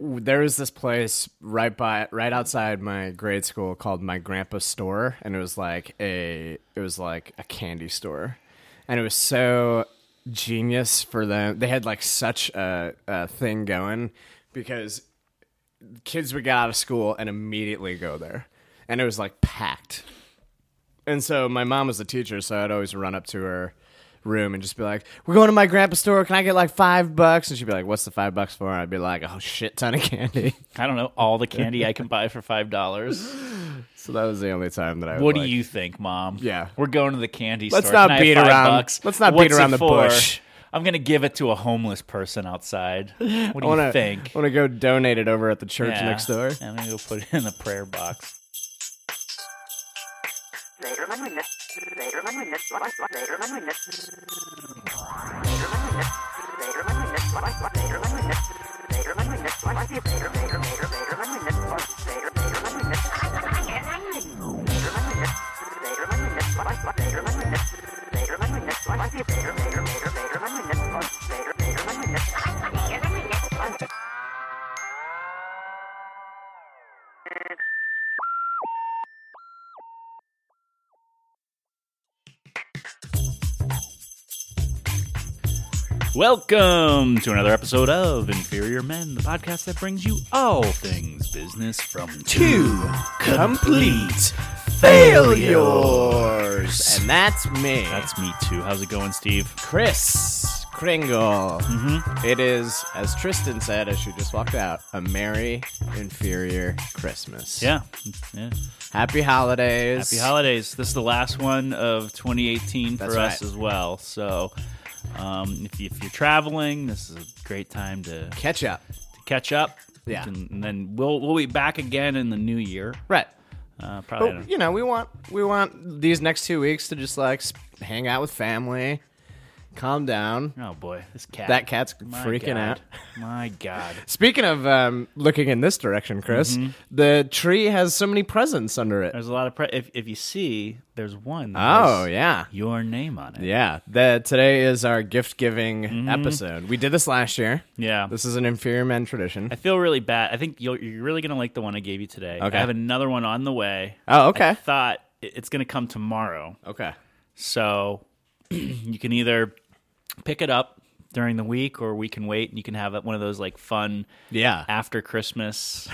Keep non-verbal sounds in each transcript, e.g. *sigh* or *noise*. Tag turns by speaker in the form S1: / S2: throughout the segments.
S1: there was this place right by right outside my grade school called my grandpa's store and it was like a it was like a candy store and it was so genius for them they had like such a, a thing going because kids would get out of school and immediately go there and it was like packed and so my mom was a teacher, so I'd always run up to her room and just be like, "We're going to my grandpa's store. Can I get like five bucks?" And she'd be like, "What's the five bucks for?" And I'd be like, "Oh, shit, ton of candy."
S2: I don't know all the candy I can buy for
S1: *laughs*
S2: five dollars.
S1: So that was the only time that I.
S2: What
S1: would,
S2: do
S1: like-
S2: you think, Mom?
S1: Yeah.
S2: we're going to the candy
S1: Let's
S2: store.
S1: not
S2: Can I have
S1: beat
S2: five
S1: around-
S2: bucks?
S1: let's not beat
S2: What's it
S1: around the
S2: for?
S1: bush.
S2: *laughs* I'm gonna give it to a homeless
S1: *laughs*
S2: person outside. What do
S1: I wanna,
S2: you think?
S1: I want to go donate it over at the church
S2: Yeah.
S1: next door.
S2: I'm gonna go put it in the prayer box.
S3: Later when we miss. Later when we miss. Later when we miss. Later when we miss. Later when we miss. Later when we miss. Later later later later when we miss. Later later when we miss. Later when we miss. Later when we miss. Later when we miss. Later when we miss. Later later later later when we miss. Later later when we miss. Later when we miss.
S2: Welcome to another episode of Inferior Men, the podcast that brings you all things business from two complete failures.
S1: and that's me.
S2: That's me too. How's it going, Steve?
S1: Chris Kringle.
S2: Mm-hmm.
S1: It is, as Tristan said, as she just walked out, a merry inferior Christmas.
S2: Yeah. yeah.
S1: Happy holidays.
S2: Happy holidays. This is the last one of 2018
S1: That's
S2: for us
S1: right.
S2: as well. So, um, if, you, if you're traveling, this is a great time to, to
S1: Catch up.
S2: catch up.
S1: Yeah.
S2: And, and then we'll we'll be back again in the new year.
S1: Right.
S2: Uh, probably. I don't
S1: But you know, we want we want these next two weeks to just like sp- hang out with family, calm down.
S2: Oh boy, this cat.
S1: That cat's
S2: My
S1: freaking
S2: God.
S1: out.
S2: My God.
S1: Speaking of um, looking in this direction, Chris,
S2: Mm-hmm.
S1: the tree has so many presents under it.
S2: There's a lot of pre- if if you see, there's one. that
S1: Oh
S2: has
S1: yeah,
S2: Your name on it.
S1: yeah. The, today is our gift giving
S2: Mm-hmm.
S1: episode. We did this last year.
S2: Yeah.
S1: This is an inferior men tradition.
S2: I feel really bad. I think you'll, you're really gonna like the one I gave you today.
S1: Okay.
S2: I have another one on the way.
S1: Oh
S2: I
S1: okay,
S2: thought it- it's gonna come tomorrow,
S1: okay.
S2: so *clears throat* you can either pick it up during the week, or we can wait and you can have one of those like fun
S1: Yeah,
S2: after
S1: *laughs*
S2: Christmas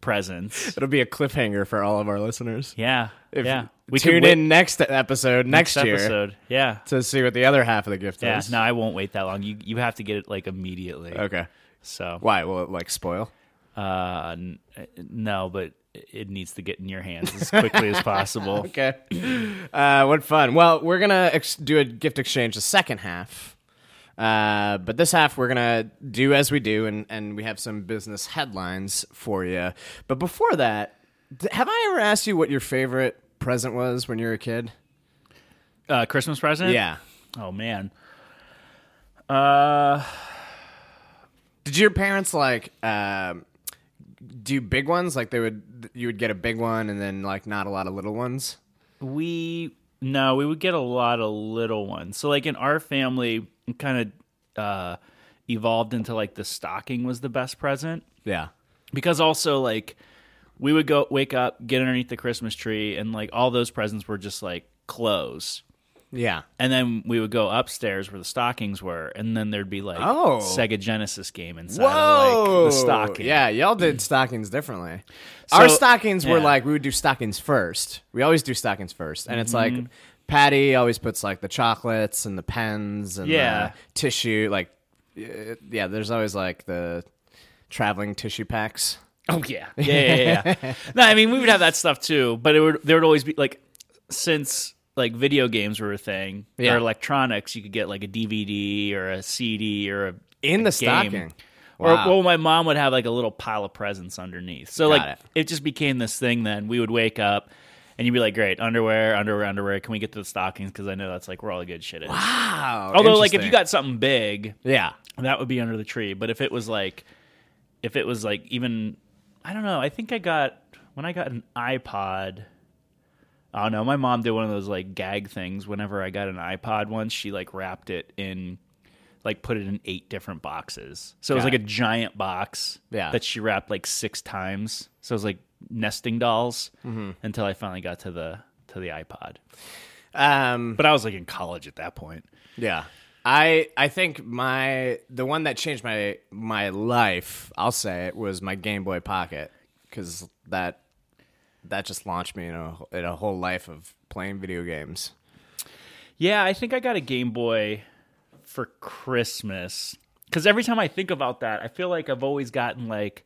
S2: presents.
S1: it'll be a cliffhanger for all of our listeners.
S2: Yeah.
S1: If
S2: yeah.
S1: we
S2: could
S1: tune
S2: wait
S1: in next episode next, year
S2: episode. Yeah.
S1: to see what the other half of the gift
S2: Yeah,
S1: is.
S2: no, I won't wait that long. You you have to get it like immediately.
S1: Okay.
S2: So,
S1: Why? Will it like spoil?
S2: uh, n- no, but it needs to get in your hands as
S1: *laughs*
S2: quickly as possible.
S1: Okay. Uh, what fun. Well, we're going to ex- do a gift exchange the second half. Uh, but this half, we're going to do as we do, and, and we have some business headlines for you. But before that, d- have I ever asked you what your favorite present was when you were a kid?
S2: Uh, Christmas present?
S1: Yeah.
S2: Oh man. Uh,
S1: Did your parents like um do big ones? Like they would, you would get a big one and then like not a lot of little ones?
S2: we no, we would get a lot of little ones. So like in our family, kind of uh evolved into like the stocking was the best present.
S1: Yeah.
S2: because also like we would go wake up get underneath the christmas tree and like all those presents were just like clothes
S1: Yeah.
S2: and then we would go upstairs where the stockings were and then there'd be like
S1: Oh.
S2: sega genesis game inside
S1: Whoa!
S2: of like the stocking
S1: Yeah, y'all did stockings differently. Our
S2: So-
S1: stockings were
S2: yeah.
S1: like we would do stockings first. We always do stockings first, and it's like
S2: Mm-hmm.
S1: Patty always puts like the chocolates and the pens and
S2: Yeah.
S1: the tissue. Like, uh, yeah, there's always like the traveling tissue packs.
S2: oh yeah yeah yeah yeah,
S1: *laughs*
S2: yeah. no i mean we would have that stuff too but it would there would always be like since like video games were a thing
S1: Yeah.
S2: or electronics you could get like a dvd or a cd or a
S1: In the
S2: a game.
S1: stocking.
S2: Or,
S1: Wow.
S2: well, my mom would have like a little pile of presents underneath. So
S1: Got
S2: like
S1: it.
S2: it. just became this thing. Then we would wake up, and you'd be like, "Great, underwear, underwear, underwear. Can we get to the stockings? Because I know that's like where all the good shit is."
S1: Wow.
S2: Although, like if you
S1: interesting.
S2: got something big,
S1: yeah,
S2: that would be under the tree. But if it was like, if it was like even, I don't know. I think I got when I got an iPod. Oh no, my mom did one of those like gag things. Whenever I got an iPod once, she like wrapped it in like put it in eight different boxes. So it was
S1: Got
S2: like a giant box
S1: Yeah.
S2: that she wrapped like six times. So it was like nesting dolls
S1: Mm-hmm.
S2: until I finally got to the to the iPod.
S1: Um,
S2: But I was like in college at that point.
S1: yeah. I I think my the one that changed my my life, I'll say it was my Game Boy Pocket cuz that that just launched me in a in a whole life of playing video games.
S2: Yeah, I think I got a Game Boy for Christmas. Because every time I think about that, I feel like I've always gotten like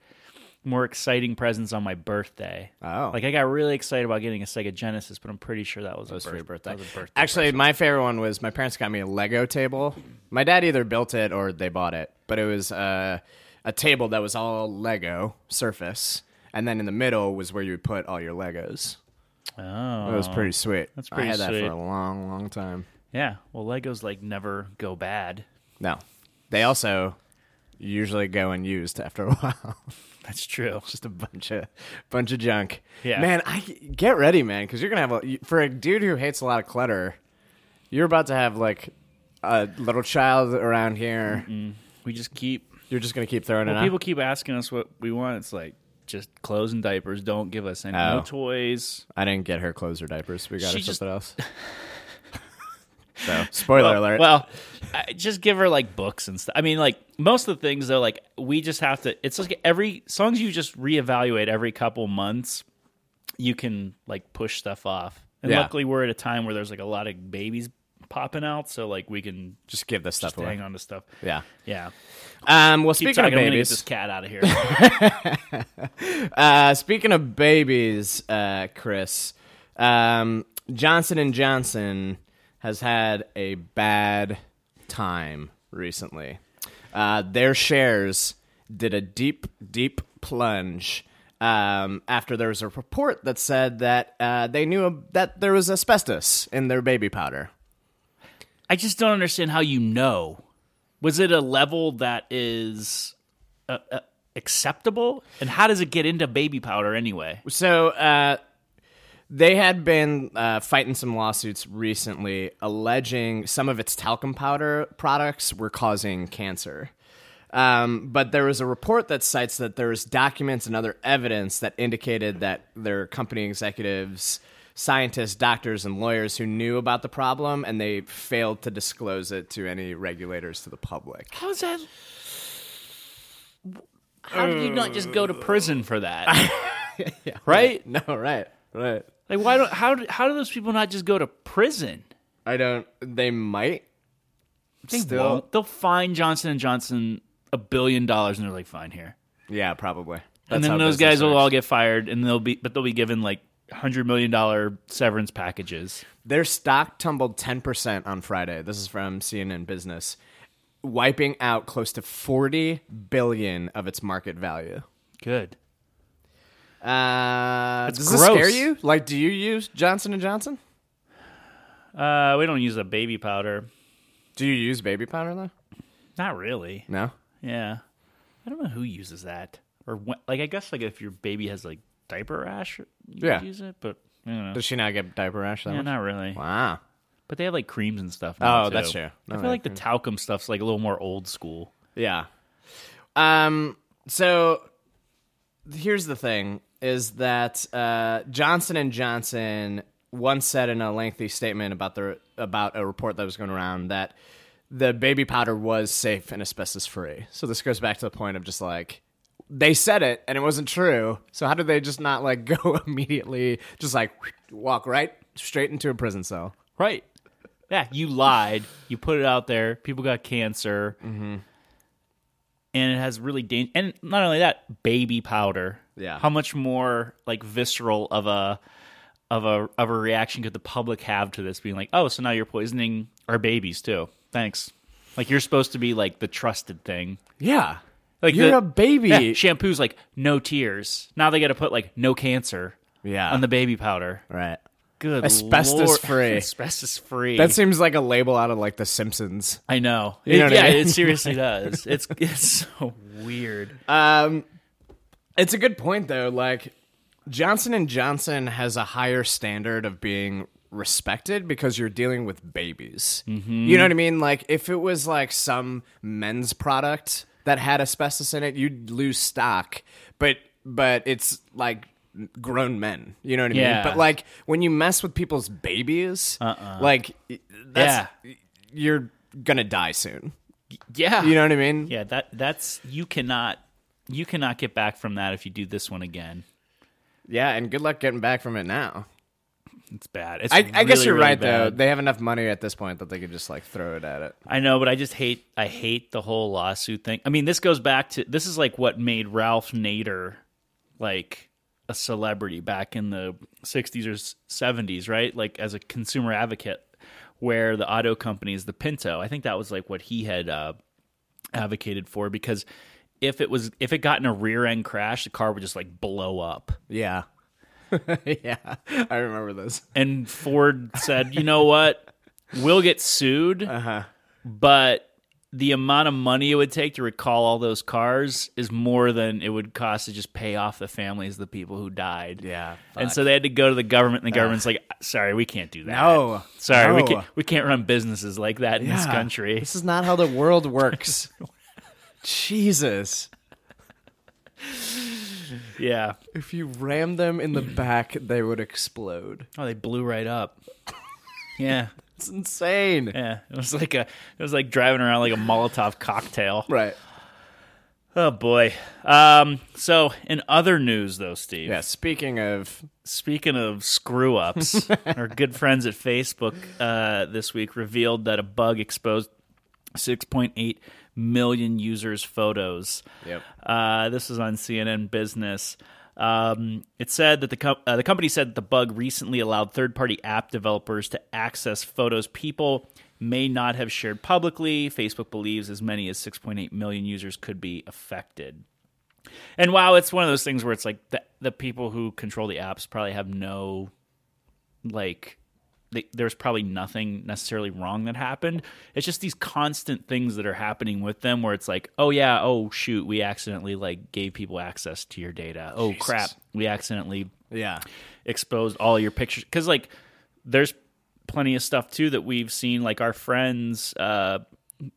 S2: more exciting presents on my birthday.
S1: Oh.
S2: Like I got really excited about getting a Sega Genesis, but I'm pretty sure that was, a
S1: was for your
S2: birth-
S1: birthday.
S2: that was a birthday.
S1: Actually, my favorite one was my parents got me a Lego table. My dad either built it or they bought it, but it was uh, a table that was all Lego surface, and then in the middle was where you would put all your Legos.
S2: Oh.
S1: It was pretty sweet.
S2: That's pretty
S1: I had that
S2: sweet.
S1: for a long, long time.
S2: Yeah. Well, Legos like never go bad. *laughs*
S1: No, they also usually go unused after a *laughs* while.
S2: That's true.
S1: Just a bunch of bunch of junk.
S2: Yeah.
S1: man. I get ready, man, because you're gonna have a for a dude who hates a lot of clutter. You're about to have like a little child around here.
S2: We just keep
S1: You're just gonna keep throwing it out.
S2: people keep asking us what we want. It's like just clothes and diapers. Don't give us any
S1: Oh.
S2: no toys.
S1: I didn't get her clothes or diapers. We got
S2: She
S1: her
S2: just-
S1: something
S2: *laughs*
S1: else. so spoiler alert.
S2: Well, I, just give her like books and stuff. I mean, like most of the things though, like we just have to. It's like every as long as you just reevaluate every couple months, you can like push stuff off. And
S1: Yeah.
S2: luckily, we're at a time where there's like a lot of babies popping out, so like we can
S1: just give this stuff
S2: just hang
S1: away.
S2: on to stuff.
S1: Yeah.
S2: Yeah.
S1: Um. Well,
S2: Keep
S1: speaking of
S2: talking, I'm gonna get
S1: babies,
S2: this cat out of here. *laughs*
S1: uh, speaking of babies, uh, Chris, um, Johnson and Johnson has had a bad time recently. Uh, their shares did a deep, deep plunge um, after there was a report that said that uh, they knew that there was asbestos in their baby powder.
S2: I just don't understand how you know. Was it a level that is uh, uh, acceptable? And how does it get into baby powder anyway?
S1: So uh, they had been uh, fighting some lawsuits recently, alleging some of its talcum powder products were causing cancer. Um, but there was a report that cites that there's documents and other evidence that indicated that their company executives, scientists, doctors, and lawyers who knew about the problem and they failed to disclose it to any regulators to the public.
S2: How is that? How did you not just go to prison for
S1: *laughs*
S2: that? Right?
S1: *laughs* No, right, right.
S2: Like, why don't how do, how do those people not just go to prison?
S1: I don't. They might.
S2: They
S1: Still-
S2: won't. They'll fine Johnson and Johnson a billion dollars, and they're like, fine here.
S1: Yeah, probably.
S2: and
S1: That's how
S2: then those
S1: business
S2: guys will
S1: works.
S2: all get fired, and they'll be but they'll be given like hundred million dollar severance packages.
S1: Their stock tumbled 10% on Friday. This is from CNN Business, wiping out close to 40 billion of its market value.
S2: Good.
S1: Uh, does this
S2: gross.
S1: scare you? Like, do you use Johnson and Johnson?
S2: Uh, we don't use a baby powder.
S1: Do you use baby powder though?
S2: Not really.
S1: No.
S2: Yeah. I don't know who uses that or when, like I guess like if your baby has like diaper rash, you
S1: Yeah.
S2: could use it, but I don't know.
S1: Does she not get diaper rash? That
S2: Yeah,
S1: much?
S2: not really.
S1: Wow.
S2: But they have like creams and stuff. Now,
S1: Oh,
S2: too.
S1: that's true. No,
S2: I
S1: they
S2: feel like the talcum stuff's like a little more old school.
S1: Yeah. Um. So here's the thing: is that uh, Johnson and Johnson once said in a lengthy statement about the about a report that was going around that the baby powder was safe and asbestos free. So this goes back to the point of just like they said it and it wasn't true. So how did they just not like *laughs* go immediately? Just like walk right straight into a prison cell.
S2: Right. Yeah, you lied. You put it out there. People got cancer. Mm-hmm. And it has really dan- and not only that, baby powder.
S1: Yeah.
S2: How much more like visceral of a of a of a reaction could the public have to this being like, "Oh, so now you're poisoning our babies too." Thanks. Like you're supposed to be like the trusted thing.
S1: Yeah.
S2: Like
S1: You're
S2: the-
S1: a baby.
S2: *laughs* Yeah, shampoo's like no tears. Now they got to put like no cancer
S1: *laughs* Yeah.
S2: on the baby powder.
S1: right.
S2: Good
S1: Asbestos
S2: lord.
S1: free.
S2: *laughs* asbestos free.
S1: That seems like a label out of like The Simpsons.
S2: I know.
S1: You know
S2: It-
S1: what I
S2: yeah,
S1: mean? *laughs*
S2: it seriously does. It's it's so weird.
S1: Um, it's a good point though. Like Johnson and Johnson has a higher standard of being respected because you're dealing with babies. You know what I mean? Like if it was like some men's product that had asbestos in it, you'd lose stock. But but it's like grown men. You know what I
S2: Yeah.
S1: mean? But like when you mess with people's babies, like that's, you're gonna die soon.
S2: yeah,
S1: You know what I mean?
S2: yeah. That that's you cannot you cannot get back from that if you do this one again.
S1: Yeah, and good luck getting back from it now.
S2: It's bad. It's
S1: I, I guess
S2: really,
S1: you're
S2: really
S1: right
S2: bad.
S1: though. They have enough money at this point that they could just like throw it at it.
S2: I know, but I just hate I hate the whole lawsuit thing. I mean, this goes back to this is like what made Ralph Nader like a celebrity back in the 60s or s- 70s, right? Like as a consumer advocate where the auto companies, the Pinto, I think that was like what he had uh advocated for because if it was if it got in a rear end crash, the car would just like blow up.
S1: Yeah. *laughs* yeah. I remember this.
S2: and Ford said, "You know what? We'll get sued,
S1: Uh-huh.
S2: but the amount of money it would take to recall all those cars is more than it would cost to just pay off the families of the people who died."
S1: Yeah.
S2: And so they had to go to the government, and the government's like, "Sorry, we can't do that.
S1: No.
S2: sorry, we
S1: No. *laughs*
S2: can't. We can't run businesses like that in this country."
S1: Oh. This is not how the world works. Jesus.
S2: *laughs* Yeah.
S1: If you ram them in the back, they would explode.
S2: Oh, they blew right up. Yeah,
S1: It's insane.
S2: yeah. It was like a, it was like driving around like a Molotov cocktail.
S1: Right.
S2: Oh boy. Um, so in other news though, Steve.
S1: Yeah. Speaking of
S2: Speaking of screw ups, our good friends at Facebook uh, this week revealed that a bug exposed 6.8 million users' photos.
S1: Yep.
S2: Uh, this was on CNN Business. Um, it said that the com- uh, the company said that the bug recently allowed third party app developers to access photos people may not have shared publicly. Facebook believes as many as 6.8 million users could be affected. And wow, it's one of those things where it's like the the people who control the apps probably have no like they, there's probably nothing necessarily wrong that happened. It's just these constant things that are happening with them where it's like, "Oh yeah, oh shoot, we accidentally like gave people access to your data. Oh crap, we accidentally
S1: yeah.
S2: exposed all your pictures because like there's plenty of stuff too that we've seen like our friends uh,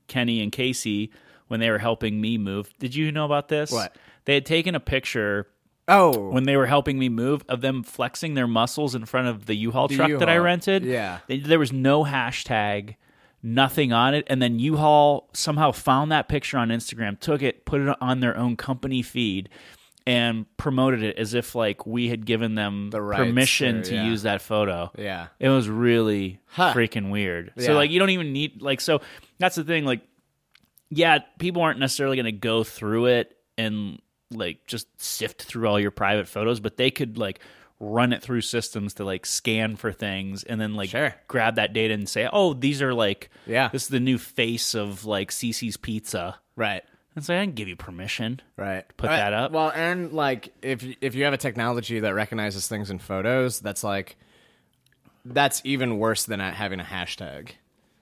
S2: kenny and casey when they were helping me move did you know about this
S1: What?
S2: they had taken a picture
S1: Oh.
S2: when they were helping me move of them flexing their muscles in front of the u-haul truck that i
S1: U-Haul.
S2: rented
S1: Yeah.
S2: They- there was no hashtag nothing on it and then u-haul somehow found that picture on instagram took it put it on their own company feed and promoted it as if like we had given them
S1: The rights
S2: permission
S1: to-
S2: to
S1: yeah.
S2: use that photo
S1: yeah.
S2: it was really
S1: Huh.
S2: freaking weird.
S1: Yeah.
S2: So like you don't even need like so that's the thing like yeah, people aren't necessarily going to go through it and like just sift through all your private photos, but they could like run it through systems to like scan for things and then like
S1: Sure.
S2: grab that data and say, "Oh, these are like
S1: Yeah.
S2: this is the new face of like CC's pizza."
S1: Right.
S2: And so I didn't give you permission.
S1: Right.
S2: Put
S1: Uh,
S2: that up.
S1: Well, and like if if you have a technology that recognizes things in photos, that's like that's even worse than not having a hashtag.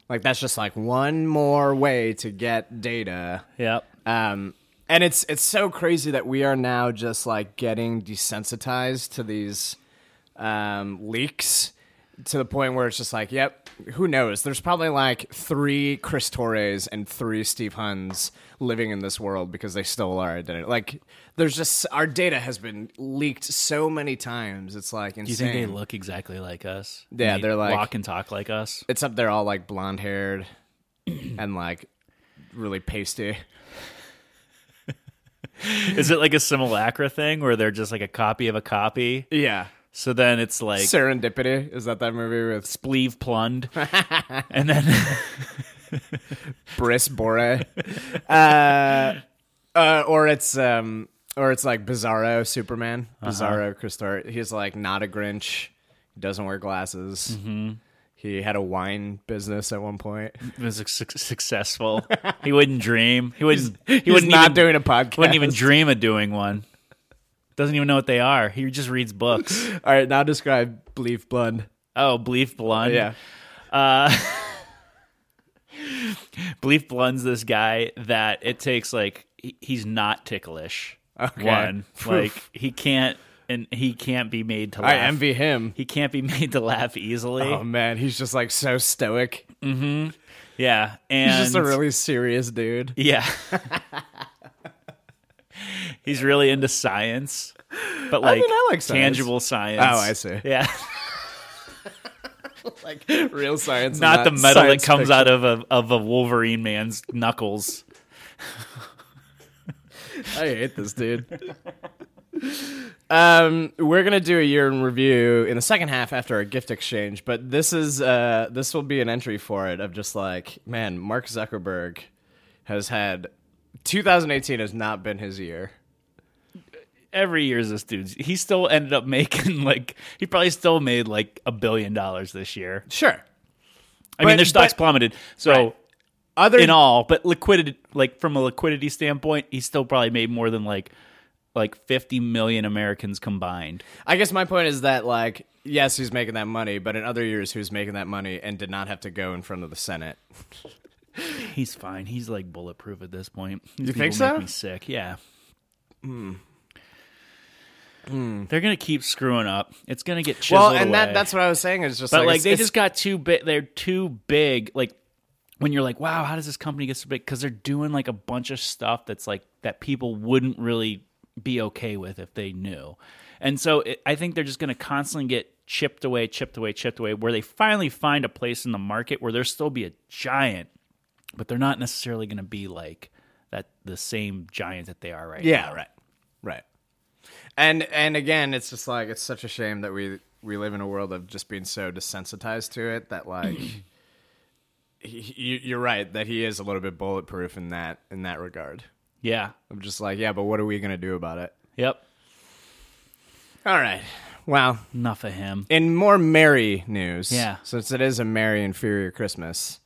S1: Like that's just like one more way to get data.
S2: Yep.
S1: Um and it's it's so crazy that we are now just like getting desensitized to these um leaks to the point where it's just like, yep, who knows? There's probably like three Chris Torres and three Steve Huns living in this world because they stole our identity. Like, there's just our data has been leaked so many times. It's like insane.
S2: Do you think they look exactly like us?
S1: Yeah,
S2: They
S1: they're like-
S2: walk and talk like us.
S1: It's up there all like blonde haired and like really pasty.
S2: Is it like a simulacra thing where they're just like a copy of a copy?
S1: Yeah.
S2: So then it's like
S1: Serendipity is that that movie with *laughs*
S2: spleeve plund, and then *laughs*
S1: Briss Bore. uh, uh, or it's um, or it's like Bizarro Superman,
S2: Uh-huh.
S1: Bizarro Chris Christor. He's like not a Grinch. He doesn't wear glasses.
S2: Mm-hmm.
S1: He had a wine business at one point.
S2: it was suc- successful. He wouldn't dream. He wouldn't. he
S1: He's
S2: wouldn't
S1: not
S2: even,
S1: doing a podcast.
S2: Wouldn't even dream of doing one. Doesn't even know what they are. He just reads books.
S1: *laughs* All right, now describe Belief Blund.
S2: Oh, Bleef Blund.
S1: Yeah,
S2: Bleef Blund's this guy that it takes like he- he's not ticklish.
S1: Okay.
S2: One
S1: Phew.
S2: like he can't and he can't be made to laugh.
S1: I envy him.
S2: He can't be *laughs* made to laugh easily.
S1: Oh man, he's just like so stoic.
S2: yeah, and
S1: He's just a really serious dude. *laughs*
S2: yeah. He's really into science, but like,
S1: mean, I like science.
S2: tangible science.
S1: Oh, I see.
S2: Yeah,
S1: Like *laughs* real science,
S2: *laughs* not,
S1: not
S2: the metal that
S1: science
S2: comes
S1: fiction.
S2: out of a of a Wolverine man's knuckles.
S1: *laughs* I hate this dude. um, we're gonna do a year in review in the second half after our gift exchange, but this is uh, this will be an entry for it of just like, man, Mark Zuckerberg has had 2018 has not been his year.
S2: Every year's this dude's. He still ended up making *laughs* like he probably still made like a billion dollars this year.
S1: Sure.
S2: I mean,
S1: But-
S2: their stocks
S1: but-
S2: plummeted. So
S1: Other
S2: in all, but liquidity, like from a liquidity standpoint, he still probably made more than like like 50 million Americans combined.
S1: I guess my point is that like yes, he's making that money, but in other years he was making that money and did not have to go in front of the Senate.
S2: He's fine. He's like bulletproof at this point. These
S1: You think
S2: people make
S1: so? Hmm.
S2: me sick. Yeah. They're gonna keep screwing up. It's gonna get chiseled
S1: well, and
S2: away.
S1: that that's what I was saying is just
S2: but
S1: like,
S2: like
S1: it's-
S2: they
S1: it's-
S2: just got too big. They're too big. Like when you're like, wow, how does this company get so big? Because they're doing like a bunch of stuff that's like that people wouldn't really be okay with if they knew. And so it, I think they're just going to constantly get chipped away, chipped away, chipped away. Where they finally find a place in the market where there still be a giant, but they're not necessarily going to be like that the same giant that they are right now.
S1: Yeah, right. Right. And and again, it's just like it's such a shame that we we live in a world of just being so desensitized to it that like he, he- you're right that he is a little bit bulletproof in that in that regard.
S2: Yeah.
S1: I'm just like, yeah, but what are we going to do about it?
S2: Yep.
S1: All right. Well,
S2: Enough of him.
S1: in more merry news,
S2: Yeah.
S1: since it is a merry inferior Christmas,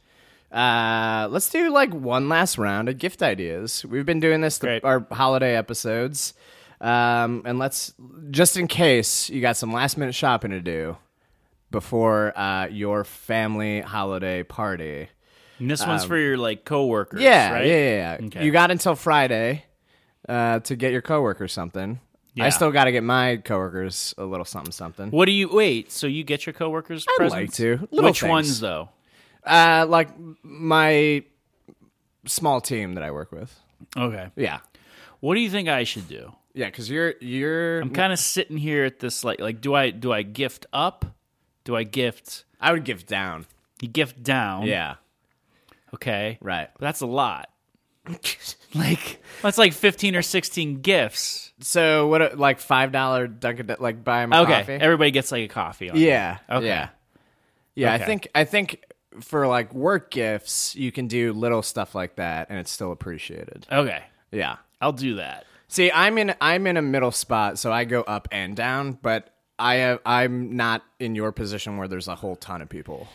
S1: uh, let's do like one last round of gift ideas. We've been doing this
S2: Great.
S1: to our holiday episodes, um, and let's just in case you got some last minute shopping to do before uh, your family holiday party.
S2: And this one's for your like coworkers.
S1: Um, Yeah,
S2: Right?
S1: yeah, yeah. yeah.
S2: Okay.
S1: You got until Friday uh, to get your coworker something.
S2: Yeah.
S1: I still got to get my coworkers a little something, something.
S2: What do you wait? So you get your coworkers?
S1: like
S2: presents?
S1: to. Little
S2: Which
S1: things.
S2: ones though?
S1: Uh, like my small team that I work with.
S2: Okay.
S1: Yeah,
S2: What do you think I should do?
S1: yeah. Because you're you're.
S2: I'm kind of sitting here at this like like do I do I gift up? Do I gift?
S1: I would give down.
S2: You gift down.
S1: Yeah,
S2: Okay.
S1: right.
S2: But that's
S1: *laughs*
S2: a lot. like that's like 15 or 16 gifts.
S1: So what? a- Like five dollar Dunkin' Don- like buy him a
S2: Okay.
S1: coffee.
S2: Everybody gets like a coffee. On
S1: yeah.
S2: Okay.
S1: Yeah. Yeah.
S2: Okay.
S1: I think I think for like work gifts, you can do little stuff like that, and it's still appreciated.
S2: it. Okay.
S1: Yeah.
S2: I'll do that.
S1: See, I'm in I'm in a middle spot, so I go up and down, but I have, I'm not in your position where there's a whole ton of people.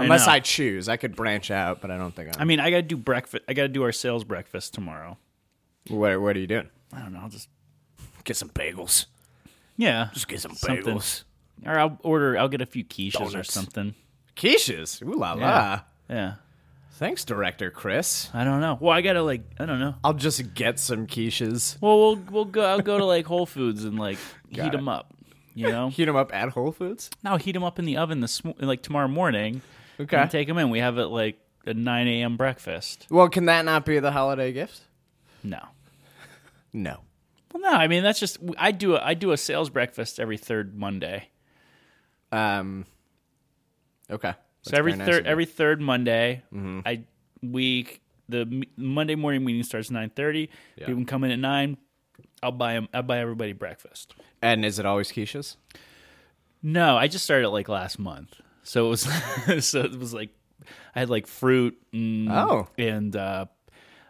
S1: Unless
S2: know.
S1: I, choose, I could branch out, but I don't think I'm.
S2: I mean, I got to do breakfast. I got to do our sales breakfast tomorrow.
S1: what, what are you doing?
S2: I don't know. I'll just
S1: Get some bagels.
S2: yeah.
S1: Just get some
S2: Something. Or I'll order. I'll get a few quiches or
S1: Donuts.
S2: something.
S1: Quiches. Ooh la la.
S2: Yeah. Yeah.
S1: Thanks, director Chris.
S2: I don't know. Well, I gotta like I don't know.
S1: I'll just get some quiches.
S2: Well, we'll we'll go. I'll go to like Whole Foods and *laughs* like heat 'em heat
S1: Got it.
S2: them up. You know,
S1: Heat them up at Whole Foods.
S2: *laughs* now heat them up in the oven this mo- like tomorrow morning.
S1: Okay.
S2: And take them in. We have it like a nine a.m. breakfast.
S1: well, can that not be the holiday gift?
S2: No.
S1: No.
S2: Well, no. I mean, that's just I do. A, I do a sales breakfast every third Monday.
S1: Um. Okay.
S2: So every third every third Monday, I we the m- Monday morning meeting starts nine thirty.
S1: Yeah.
S2: People can come in at nine. I'll buy 'em- I'll buy everybody breakfast.
S1: and is it always quiches?
S2: No, I just started like last month. So it was *laughs* so it was like I had like fruit and
S1: Oh.
S2: and uh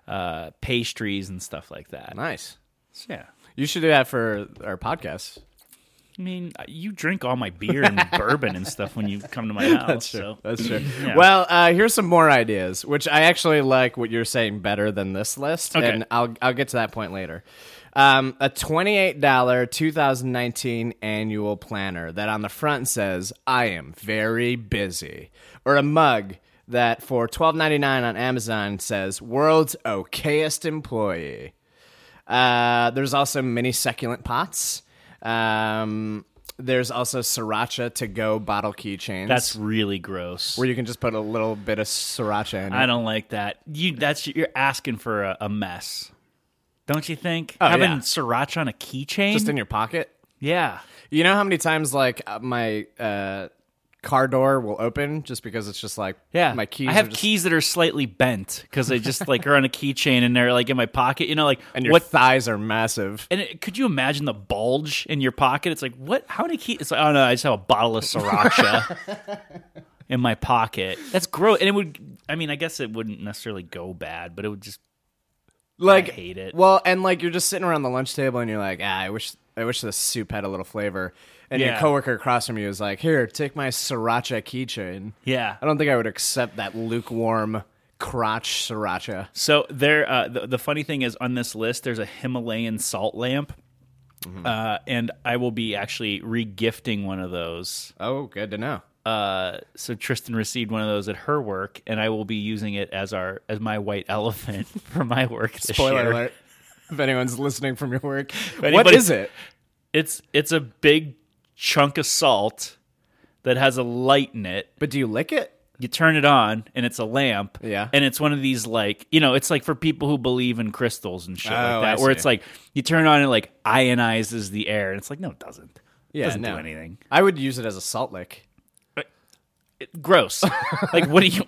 S2: uh pastries and stuff like that.
S1: Nice.
S2: So, yeah.
S1: You should do that for our podcast.
S2: I mean, uh, you drink all my beer
S1: *laughs*
S2: and bourbon and stuff when you come to my house. So
S1: That's true.
S2: *laughs* Yeah.
S1: Well, uh, here's some more ideas, which I actually like what you're saying better than this list,
S2: Okay.
S1: and I'll I'll get to that point later. Um, a twenty-eight dollar 2019 annual planner that on the front says "I am very busy," or a mug that for $12.99 on Amazon says "World's okayest employee." Uh, there's also mini succulent pots. Um, there's also sriracha to go bottle keychains.
S2: That's really gross.
S1: where you can just put a little bit of sriracha in.
S2: I
S1: it.
S2: don't like that. You that's you're asking for a, a mess, don't you think?
S1: Oh,
S2: Having
S1: yeah.
S2: sriracha on a keychain.
S1: Just in your pocket.
S2: yeah.
S1: You know how many times like uh, my uh, car door will open just because it's just like
S2: Yeah,
S1: my keys.
S2: I have
S1: are just,
S2: keys that are slightly bent because they just like are on a keychain and they're like in my pocket. You know, like
S1: and your
S2: what?
S1: thighs are massive.
S2: and it, could you imagine the bulge in your pocket? It's like what? How many keys? It's like oh no, I just have a bottle of sriracha
S1: *laughs*
S2: in my pocket. That's gross. And it would. I mean, I guess it wouldn't necessarily go bad, but it would just
S1: Like
S2: hate it.
S1: Well, and like you're just sitting around the lunch table and you're like, ah, I wish I wish this soup had a little flavor. And your
S2: Yeah.
S1: coworker across from you is like, here, take my sriracha keychain.
S2: yeah.
S1: I don't think I would accept that lukewarm crotch sriracha.
S2: So there, uh, the, the funny thing is on this list, there's a Himalayan salt lamp,
S1: Mm-hmm.
S2: uh, and I will be actually regifting one of those.
S1: Oh, good to know.
S2: Uh, so Tristan received one of those at her work, and I will be using it as our as my white *laughs* elephant for my work. This
S1: Spoiler
S2: year.
S1: alert. If anyone's listening from your work, what
S2: anybody-
S1: is it?
S2: It's it's a big chunk of salt that has a light in it.
S1: But do you lick it?
S2: You turn it on, and it's a lamp.
S1: Yeah.
S2: and it's one of these like you know, it's like for people who believe in crystals and shit
S1: Oh,
S2: like
S1: I
S2: that, where
S1: see.
S2: it's like you turn it on and it like ionizes the air, and it's like no, it doesn't. It doesn't do anything.
S1: I would use it as a salt lick. *laughs*
S2: It- gross. like what do you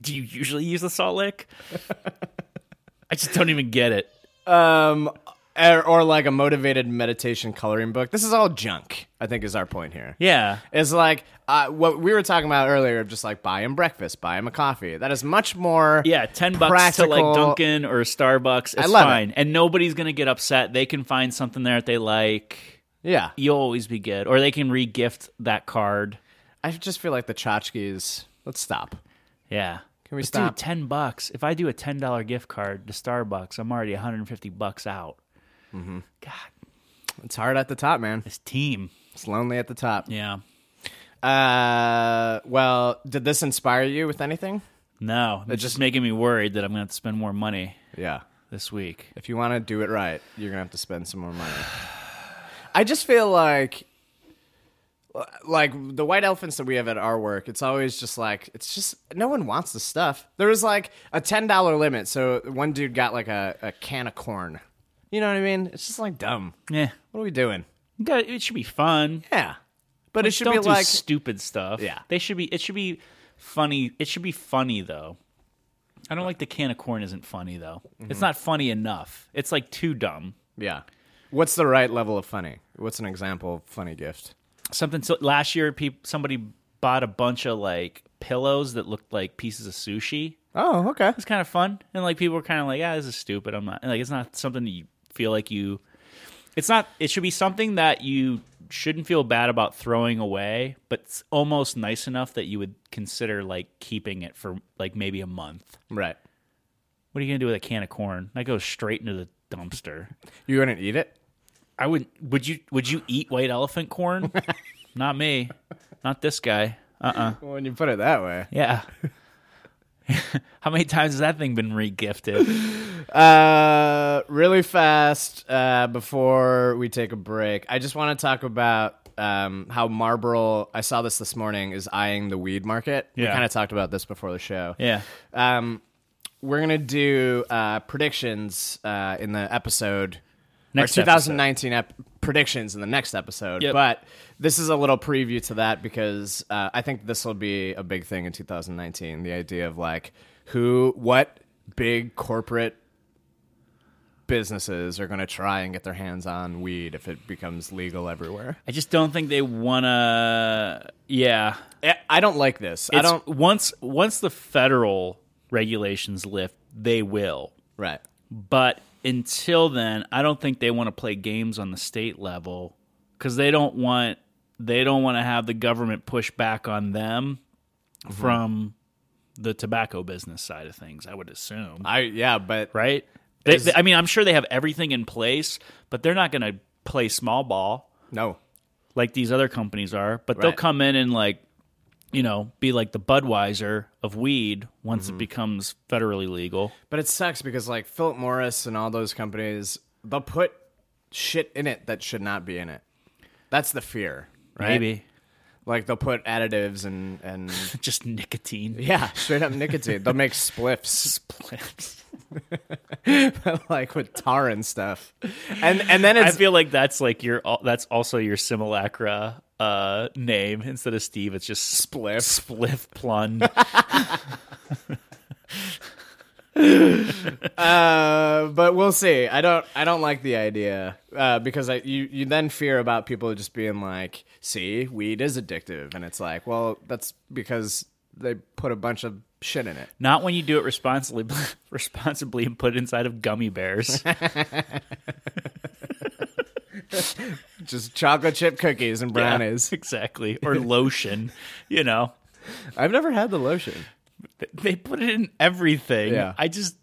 S2: do? You usually use the salt lick? I just don't even get it.
S1: Um, or, or like a motivated meditation coloring book. This is all junk. I think is our point here.
S2: Yeah,
S1: It's like uh, what we were talking about earlier of just like buy him breakfast, buy him a coffee. That is much more.
S2: yeah. Ten bucks to
S1: Practical-
S2: like Dunkin' or Starbucks. It's
S1: love it.
S2: fine, and nobody's gonna get upset. They can find something there that they like.
S1: yeah.
S2: You'll always be good, or they can re-gift that card.
S1: I just feel like the tchotchkes. Let's stop.
S2: Yeah.
S1: Can we
S2: Let's
S1: stop?
S2: do ten bucks. If I do a ten dollar gift card to Starbucks, I'm already 150 bucks out.
S1: Mm-hmm.
S2: God,
S1: It's hard at the top, man.
S2: this team.
S1: It's lonely at the top.
S2: Yeah.
S1: Uh, well, did this inspire you with anything?
S2: No, it's just making me worried that I'm gonna have to spend more money
S1: Yeah.
S2: this week.
S1: If you want to do it right, you're gonna have to spend some more money. I just feel like, like the white elephants that we have at our work, it's always just like it's just no one wants the stuff. There was like a ten dollar limit, so one dude got like a, a can of corn. You know what I mean? It's just like dumb.
S2: Yeah.
S1: What are we doing?
S2: It should be fun.
S1: Yeah, but it should
S2: Don't
S1: be
S2: do
S1: like
S2: stupid stuff.
S1: Yeah.
S2: They should be. It should be funny. It should be funny though. I don't like the can of corn isn't funny though.
S1: Mm-hmm.
S2: It's not funny enough. It's like too dumb.
S1: yeah. What's the right level of funny? What's an example of funny gift?
S2: something so last year peop somebody bought a bunch of like pillows that looked like pieces of sushi
S1: Oh, okay.
S2: it's kind of fun and like people were kind of like yeah this is stupid i'm not like it's not something that you feel like you it's not it should be something that you shouldn't feel bad about throwing away but it's almost nice enough that you would consider like keeping it for like maybe a month
S1: Right.
S2: what are you gonna do with a can of corn that goes straight into the dumpster
S1: You wouldn't eat it.
S2: i would would you would you eat white elephant corn *laughs* not me not this guy uh-uh
S1: When you put it that way.
S2: Yeah. *laughs* How many times has that thing been regifted?
S1: Uh, really fast uh, before we take a break, I just want to talk about um, how Marlboro. I saw this this morning is eyeing the weed market. We
S2: Yeah.
S1: kind of talked about this before the show.
S2: Yeah.
S1: Um, we're gonna do uh, predictions uh, in the episode.
S2: Next
S1: or 2019 ep- predictions in the next episode,
S2: Yep.
S1: but this is a little preview to that because uh, I think this will be a big thing in 2019. The idea of like who, what big corporate businesses are going to try and get their hands on weed if it becomes legal everywhere.
S2: I just don't think they want to. Yeah.
S1: I- I don't like this. I
S2: It's-
S1: don't.
S2: Once once the federal regulations lift, they will.
S1: Right.
S2: But until then, I don't think they want to play games on the state level because they don't want they don't want to have the government push back on them
S1: Mm-hmm.
S2: from the tobacco business side of things. I would assume.
S1: I yeah, but
S2: right? They, they- I mean, I'm sure they have everything in place, but they're not going to play small ball
S1: no.
S2: like these other companies are. But they'll
S1: Right.
S2: come in and like, you know, be like the Budweiser of weed once
S1: Mm-hmm.
S2: it becomes federally legal.
S1: But it sucks because like Philip Morris and all those companies, they'll put shit in it that should not be in it. That's the fear, right?
S2: Maybe
S1: Like they'll put additives and and
S2: *laughs*
S1: *laughs*
S2: just nicotine.
S1: yeah, straight up nicotine. They'll make spliffs,
S2: *laughs*
S1: *laughs*
S2: Plants.
S1: like with tar and stuff. And and then
S2: I
S1: it's
S2: feel like that's like your that's also your simulacra uh, name instead of Steve. It's just
S1: spliff.
S2: Spliff
S1: *laughs*
S2: Plund.
S1: Uh, but we'll see. I don't I don't like the idea uh, because I you you then fear about people just being like, see, weed is addictive, and it's like, well, that's because they put a bunch of shit in it.
S2: Not when you do it responsibly, *laughs* responsibly and put it inside of gummy bears.
S1: Just chocolate chip cookies and brownies.
S2: Yeah, *laughs* exactly. Or lotion. You know,
S1: *laughs* I've never had the lotion.
S2: Th- they put it in everything.
S1: Yeah.
S2: I just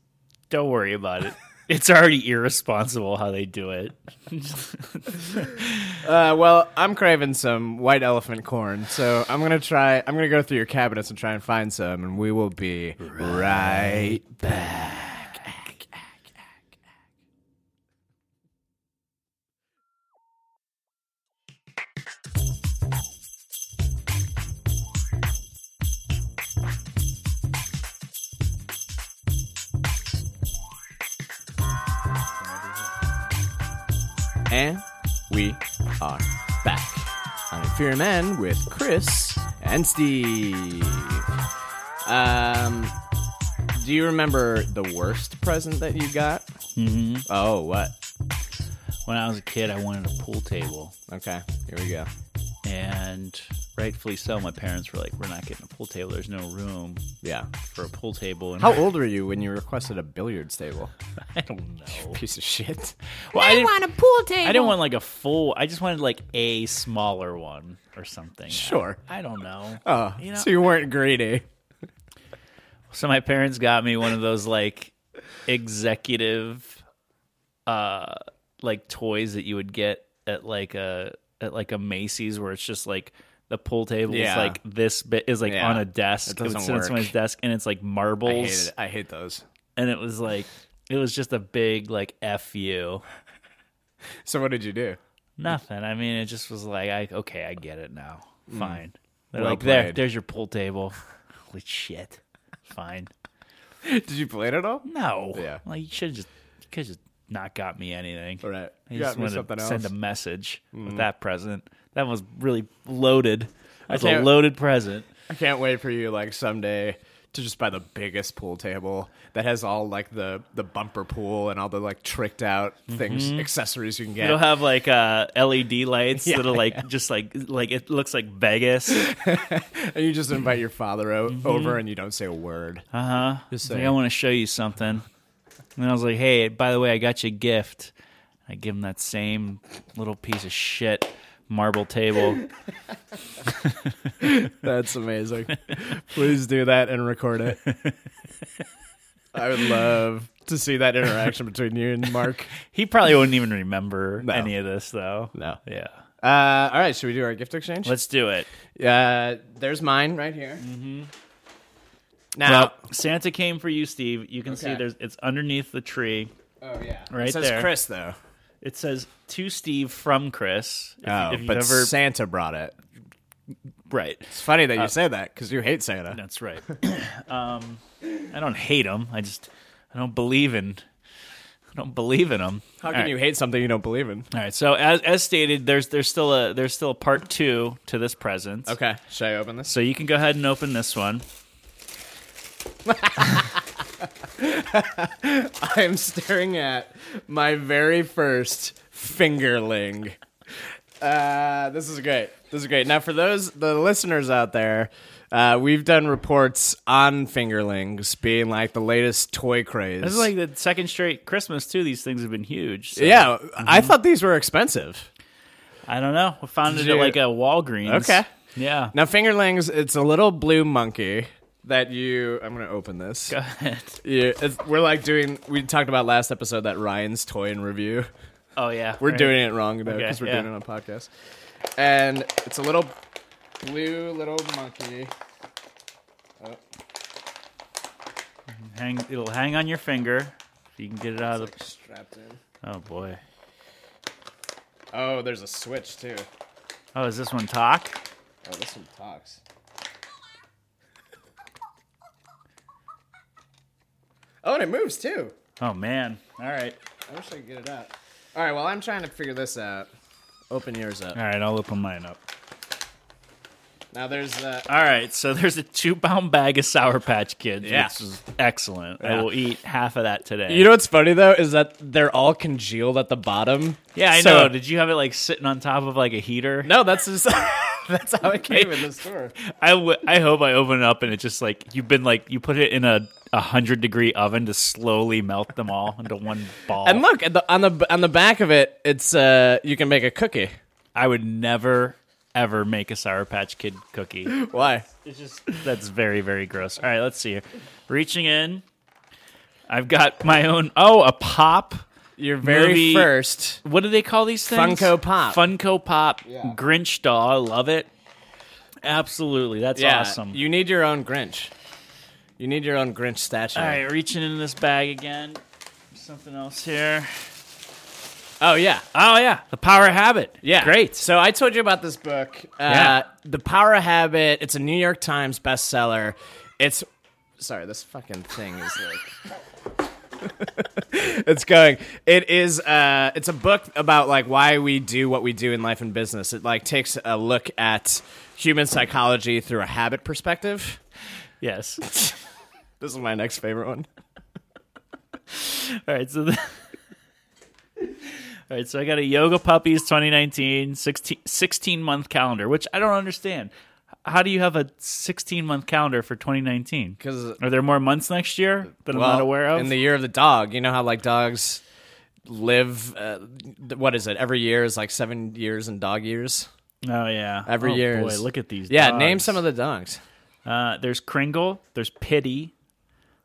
S2: don't worry about it. *laughs* It's already irresponsible how they do it.
S1: Uh, well, I'm craving some white elephant corn, so I'm gonna try. I'm gonna go through your cabinets and try and find some, and we will be right back. And we are back. I'm Fear Man with Chris and Steve. Um, do you remember the worst present that you got?
S2: hmm
S1: Oh, what?
S2: When I was a kid, I wanted a pool table.
S1: Okay, here we go.
S2: And rightfully so, my parents were like, we're not getting a pool table. There's no room
S1: Yeah.
S2: for a pool table. And
S1: How old were you when you requested a billiards table?
S2: *laughs* I don't know.
S1: Piece of shit.
S2: Well, I, didn't,
S1: a pool table.
S2: I didn't want like a full, I just wanted like a smaller one or
S1: *laughs*
S2: something.
S1: Sure.
S2: I, I don't know.
S1: Oh,
S2: You know-
S1: so you weren't greedy.
S2: So my parents got me one of those like executive uh like toys that you would get at like a at like a Macy's where it's just like the pool table
S1: Yeah.
S2: is like this bit is like
S1: Yeah.
S2: on a desk.
S1: It
S2: would
S1: doesn't
S2: sit on someone's
S1: work.
S2: desk and it's like
S1: I
S2: marbles
S1: hate it. I hate those.
S2: and it was like it was just a big like F you.
S1: So what did you do?
S2: Nothing. I mean it just was like I okay, I get it now. Fine. They're
S1: Mm. Well
S2: like there
S1: played.
S2: there's your pool table. *laughs* Holy shit. Fine.
S1: Did you play it at all?
S2: No.
S1: Yeah.
S2: Like you should just you could just not got me anything.
S1: All right.
S2: You
S1: You got
S2: just
S1: me
S2: wanted
S1: something
S2: to
S1: else. Mm-hmm.
S2: send a message with that present. That was really loaded. That's a
S1: can't-
S2: loaded present.
S1: I can't wait for you like someday to just buy the biggest pool table that has all like the the bumper pool and all the like tricked out things accessories you can get.
S2: It'll have like uh, LED lights
S1: Yeah,
S2: that'll like just like like it looks like Vegas. Uh
S1: and you just invite your father o- over and you don't say a word.
S2: huh.
S1: Just
S2: Like,
S1: saying.
S2: I want to show you something. And I was like, hey, by the way, I got you a gift. I give him that same little piece of shit marble table.
S1: That's amazing. Please do that and record it. I would love to see that interaction between you and Mark.
S2: He probably wouldn't even remember any of this though.
S1: No.
S2: Yeah.
S1: Uh, all right, should we do our gift exchange?
S2: Let's do it.
S1: Uh, there's mine right here. Mm-hmm. Now,
S2: Well, Santa came for you, Steve. You can see
S1: Okay.
S2: there's it's underneath the tree.
S1: oh yeah,
S2: Right
S1: it says
S2: there.
S1: Chris though.
S2: It says to Steve from Chris. If, you-
S1: Oh,
S2: if you've
S1: but
S2: ever
S1: Santa brought it.
S2: right,
S1: It's funny that you say that because you hate Santa.
S2: that's right. *clears throat* um, I don't hate him. I just I don't believe in I don't believe in him.
S1: How can you hate something you don't believe in?
S2: All right. So as as stated, there's there's still a there's still a part two to this present.
S1: *laughs* Okay, should I open this?
S2: So you can go ahead and open this one.
S1: *laughs* I'm staring at my very first fingerling. Uh, this is great. This is great. Now, for those the listeners out there, uh, we've done reports on fingerlings being like the latest toy craze.
S2: This is like the second straight Christmas too. These things have been huge. So
S1: yeah, I
S2: Mm-hmm.
S1: thought these were expensive.
S2: I don't know. We found it
S1: you-
S2: at like a Walgreens.
S1: Okay.
S2: Yeah.
S1: Now, fingerlings, it's a little blue monkey that you. I'm gonna open this.
S2: Go ahead.
S1: Yeah, it's, we're like doing. We talked about last episode that Ryan's toy and review.
S2: Oh yeah.
S1: We're doing it wrong though
S2: Okay,
S1: because we're
S2: yeah.
S1: doing it on a podcast. And it's a little blue little monkey.
S2: Hang, it'll hang on your finger. You can get it out of
S1: strapped in.
S2: the. Oh boy.
S1: Oh, there's a switch too.
S2: Oh, is this one talk?
S1: Oh, this one talks. Oh, and it moves too.
S2: Oh man. All right.
S1: I wish I could get it out. All right, well, I'm trying to figure this out. Open yours up.
S2: All right, I'll open mine up.
S1: Now there's uh,
S2: All right, so there's a two pound bag of Sour Patch Kids,
S1: Yeah.
S2: which is excellent. I
S1: Yeah.
S2: will eat half of that today.
S1: You know what's funny though is that they're all congealed at the bottom.
S2: yeah, I
S1: So-
S2: know. Did you have it like sitting on top of like a heater?
S1: No, that's just *laughs* that's how it came in the store.
S2: I, w- I hope I open it up and it's just like you've been like you put it in a, a hundred degree oven to slowly melt them all into *laughs* one ball.
S1: And look at the on the on the back of it, it's uh you can make a cookie.
S2: I would never ever make a Sour Patch Kid cookie.
S1: Why?
S2: It's just that's very very gross. All right, let's see here. Reaching in, I've got my own. Oh, a pop.
S1: Your very
S2: Movie-
S1: first.
S2: What do they call these things?
S1: Funko Pop.
S2: Funko Pop.
S1: Yeah.
S2: Grinch doll. I love it. Absolutely, that's
S1: yeah,
S2: awesome.
S1: You need your own Grinch. You need your own Grinch statue.
S2: All right, reaching into this bag again. Something else here.
S1: Oh yeah.
S2: Oh yeah, the power of habit.
S1: Yeah.
S2: great.
S1: So I told you about this book. Uh,
S2: Yeah.
S1: The Power of Habit. It's a New York Times bestseller. It's. Sorry, this fucking thing is like. *laughs* it's going. It is. Uh, it's a book about like why we do what we do in life and business. It like takes a look at human psychology through a habit perspective.
S2: Yes.
S1: This is my next favorite one.
S2: All right, so. The- *laughs* All right, so I got a Yoga Puppies 2019 16, 16 month calendar, which I don't understand. How do you have a 16 month calendar for 2019?
S1: 'Cause-
S2: are there more months next year that I'm not
S1: Well,
S2: aware of?
S1: In the year of the dog, you know how like dogs live. Uh, th- what is it? Every year is like seven years in dog years.
S2: oh yeah,
S1: every
S2: Oh,
S1: year.
S2: Boy,
S1: is-
S2: look at these.
S1: Yeah,
S2: dogs.
S1: name some of the dogs.
S2: Uh, there's Kringle. There's Pity.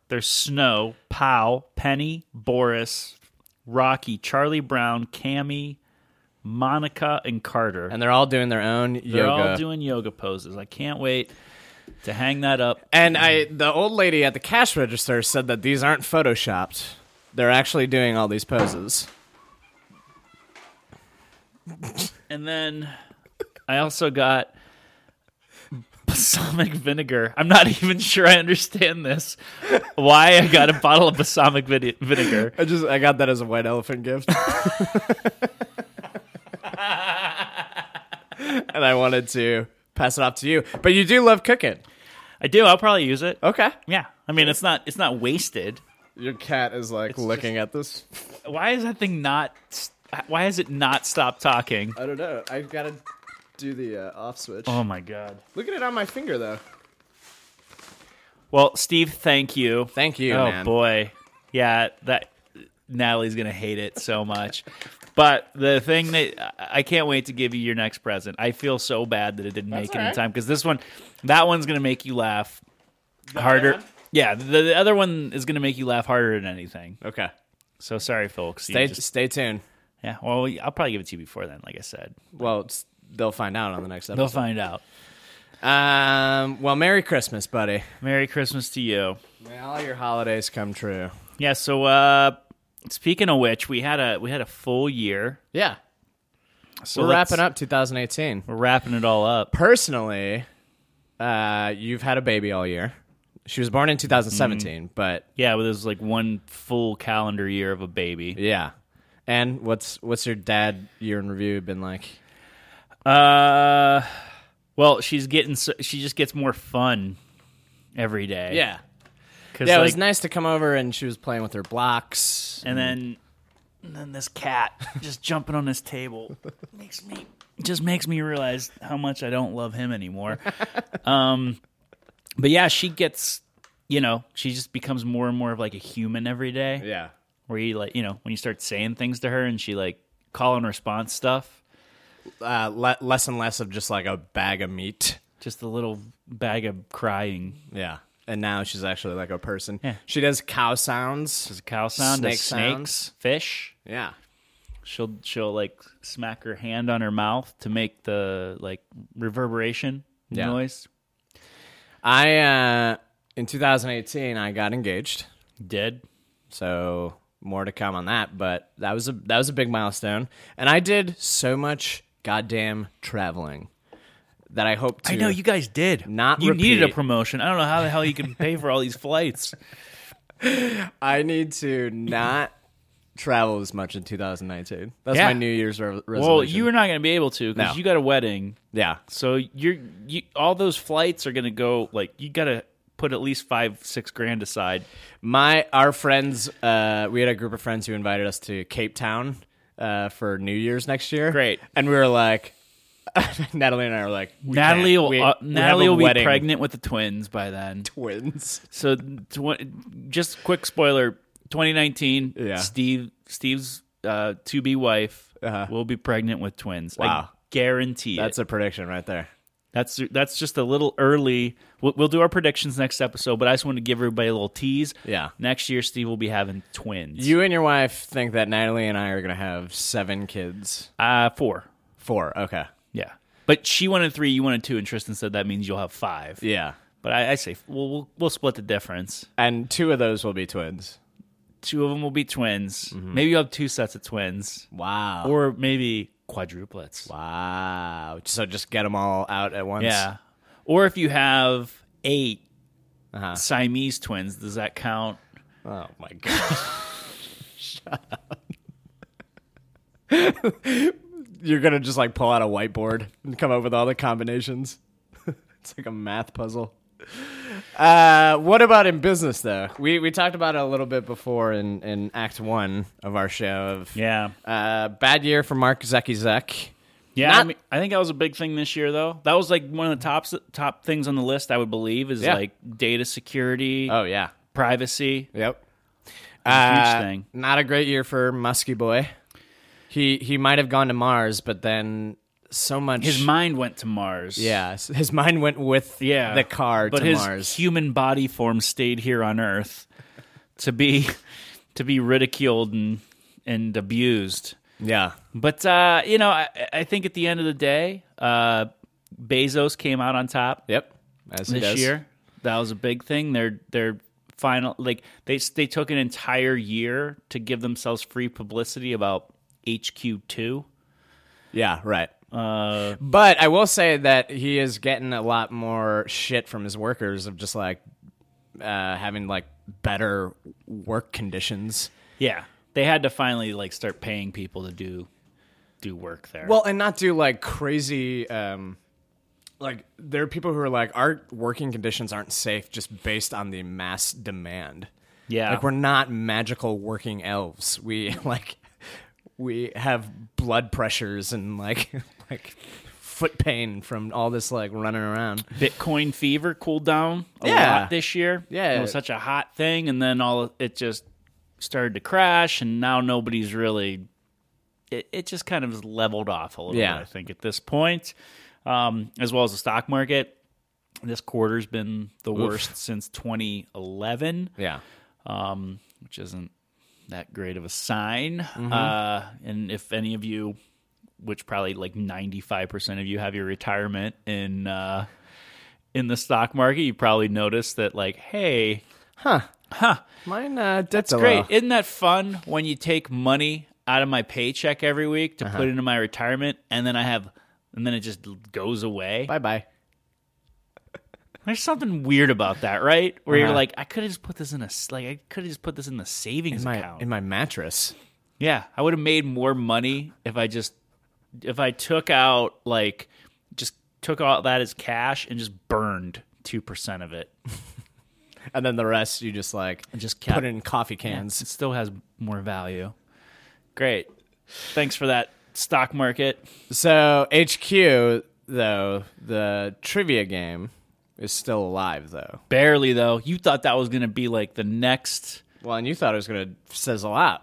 S2: There's Snow. Pow. Penny. Boris. Rocky. Charlie Brown. Cammy. Monica and Carter.
S1: And they're all doing their own
S2: They're
S1: yoga.
S2: all doing yoga poses. I can't wait to hang that up.
S1: and I, the old lady at the cash register said that these aren't photoshopped. They're actually doing all these poses.
S2: And then I also got balsamic vinegar. I'm not *laughs* even sure I understand this. Why I got a bottle of balsamic vide- vinegar.
S1: I just I got that as a white elephant gift. *laughs* and I wanted to pass it off to you. But you do love cooking.
S2: I do. I'll probably use it.
S1: Okay.
S2: Yeah. I mean, it's not it's not wasted.
S1: Your cat is like looking at this.
S2: Why is that thing not why is it not stop talking?
S1: I don't know. I got to do the uh, off switch.
S2: Oh my god.
S1: Look at it on my finger though.
S2: Well, Steve, thank you.
S1: Thank you,
S2: oh
S1: man.
S2: boy, yeah, that Natalie's gonna hate it so much. but the thing that I I can't wait to give you your next present. I feel so bad that it didn't make it
S1: all
S2: in
S1: right.
S2: time because this one, that one's gonna make you laugh harder.
S1: one?
S2: Yeah, the, the other one is gonna make you laugh harder than anything.
S1: Okay.
S2: So sorry, folks. You
S1: Stay
S2: just-
S1: stay tuned.
S2: yeah, well, I'll probably give it to you before then. Like I said,
S1: Well, it's- they'll find out on the next
S2: they'll
S1: episode.
S2: find out.
S1: Um, well, Merry Christmas, buddy.
S2: Merry Christmas to you.
S1: May all your holidays come true.
S2: Yeah. So uh, speaking of which, we had a we had a full year.
S1: Yeah.
S2: So
S1: We're
S2: let's-
S1: wrapping up 2018.
S2: We're wrapping it all up.
S1: Personally, uh, you've had a baby all year. She was born in 2017,
S2: Mm-hmm.
S1: but
S2: Yeah, well, there's like one full calendar year of a baby.
S1: yeah. And what's what's your dad year in review been like?
S2: Uh, well, she's getting so, she just gets more fun every day. cause
S1: Yeah, it
S2: like-
S1: was nice to come over and she was playing with her blocks.
S2: And then, and then this cat just jumping on this table *laughs* makes me just makes me realize how much I don't love
S1: *laughs*
S2: him anymore. um, but yeah, she gets, you know, she just becomes more and more of like a human every day.
S1: Yeah.
S2: Where you like, you know, when you start saying things to her and she like call and response stuff.
S1: Uh, le- less and less of just like a bag of meat.
S2: just a little bag of crying.
S1: Yeah. And now she's actually like a person.
S2: Yeah.
S1: She does cow sounds.
S2: Does a cow sound?
S1: Snake
S2: does snakes,
S1: sounds.
S2: fish.
S1: Yeah.
S2: She'll she'll like smack her hand on her mouth to make the like reverberation
S1: Yeah.
S2: noise.
S1: I uh in 2018 I got engaged.
S2: Dead.
S1: So more to come on that, but that was a that was a big milestone. And I did so much goddamn traveling that I hope to.
S2: I know you guys did.
S1: Not
S2: you needed a
S1: repeat.
S2: promotion. I don't know how the hell you can pay for all these flights.
S1: I need to not travel as much in 2019. That's
S2: Yeah.
S1: my New Year's re- resolution.
S2: *laughs* Well, you are not going to be able to because
S1: No.
S2: you got a wedding.
S1: yeah.
S2: So you're you all those flights are going to go like you got to put at least five six grand aside.
S1: My our friends, uh, we had a group of friends who invited us to Cape Town uh, for New Year's next year.
S2: Great.
S1: and we were like, *laughs* Natalie and I were like, we
S2: Natalie
S1: can't.
S2: will
S1: We-
S2: uh,
S1: we have
S2: Natalie
S1: a
S2: will be
S1: wedding.
S2: pregnant with the twins by then. *laughs*
S1: Twins.
S2: So tw- just quick spoiler: 2019.
S1: Yeah.
S2: Steve Steve's uh, to be wife
S1: Uh-huh.
S2: will be pregnant with twins. I
S1: Wow.
S2: guarantee it.
S1: That's a prediction right there.
S2: That's that's just a little early. We'll, we'll do our predictions next episode, but I just want to give everybody a little tease.
S1: Yeah.
S2: Next year, Steve will be having twins.
S1: You and your wife think that Natalie and I are gonna have seven kids.
S2: uh, four.
S1: Four. Okay.
S2: Yeah. But she wanted three, you wanted two, and Tristan said that means you'll have five.
S1: Yeah.
S2: But I, I say we'll, we'll we'll split the difference.
S1: And two of those will be twins.
S2: Two of them will be twins.
S1: Mm-hmm.
S2: Maybe you'll have two sets of twins,
S1: Wow.
S2: or maybe quadruplets.
S1: wow. So just get them all out at once.
S2: Yeah. Or if you have 8
S1: Uh-huh.
S2: Siamese twins, does that count?
S1: Oh my god. *laughs* Shut up. You're gonna just like pull out a whiteboard and come up with all the combinations. *laughs* it's like a math puzzle. Uh, what about in business though? We we talked about it a little bit before in, in Act One of our show. Of,
S2: Yeah.
S1: Uh, bad year for Mark Zeki Zek.
S2: Yeah, I,
S1: Not-
S2: mean, I think that was a big thing this year, though. That was like one of the top top things on the list. I would believe is
S1: Yeah.
S2: like data security,
S1: Oh yeah.
S2: privacy.
S1: Yep.
S2: a
S1: Uh,
S2: huge thing.
S1: Not a great year for Muskie Boy. He he might have gone to Mars, but then so much
S2: His mind went to Mars.
S1: Yeah, s- his mind went with
S2: yeah,
S1: the car
S2: but
S1: to
S2: his
S1: Mars.
S2: human body form stayed here on Earth to be *laughs* to be ridiculed and and abused.
S1: yeah,
S2: But uh, you know, I, I think at the end of the day, uh, Bezos came out on top.
S1: yep. As he
S2: this
S1: does.
S2: year. That was a big thing. Their their final like they they took an entire year to give themselves free publicity about HQ two.
S1: Yeah, right.
S2: Uh,
S1: But I will say that he is getting a lot more shit from his workers of just like uh, having like better work conditions.
S2: yeah, they had to finally like start paying people to do do work there.
S1: Well, and not do like crazy. Um, like there are people who are like our working conditions aren't safe just based on the mass demand.
S2: yeah,
S1: Like we're not magical working elves. We *laughs* like we have blood pressures and like *laughs* like foot pain from all this like running around.
S2: Bitcoin fever cooled down a
S1: Yeah.
S2: lot this year.
S1: Yeah.
S2: it was such a hot thing, and then all it just started to crash, and now nobody's really. It, it just kind of is leveled off a little
S1: Yeah.
S2: bit, I think, at this point, um, as well as the stock market. This quarter's been the worst since 2011
S1: Yeah.
S2: um, which isn't that great of a sign.
S1: Mm-hmm.
S2: Uh, and if any of you, which probably like ninety five percent of you, have your retirement in uh, in the stock market, you probably noticed that like, hey,
S1: Mine uh that's
S2: great, isn't that fun when you take money out of my paycheck every week
S1: Uh-huh.
S2: to put into my retirement, and then I have. And then it just goes away.
S1: Bye bye.
S2: There's something weird about that, right? Where you're
S1: Uh-huh.
S2: like, I could have just put this in a s- like, I could have just put this in the savings
S1: In my
S2: account
S1: in my mattress.
S2: Yeah, I would have made more money if I just if I took out like just took all that as cash and just burned two percent of it.
S1: And then the rest you just like
S2: And just kept
S1: put in coffee
S2: it
S1: cans.
S2: still has more value. Great. Thanks for that stock market.
S1: So HQ though, the trivia game is still alive though.
S2: Barely though. You thought that was gonna be like the next
S1: Well, and you thought it was gonna sizzle out.